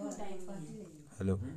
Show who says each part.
Speaker 1: hello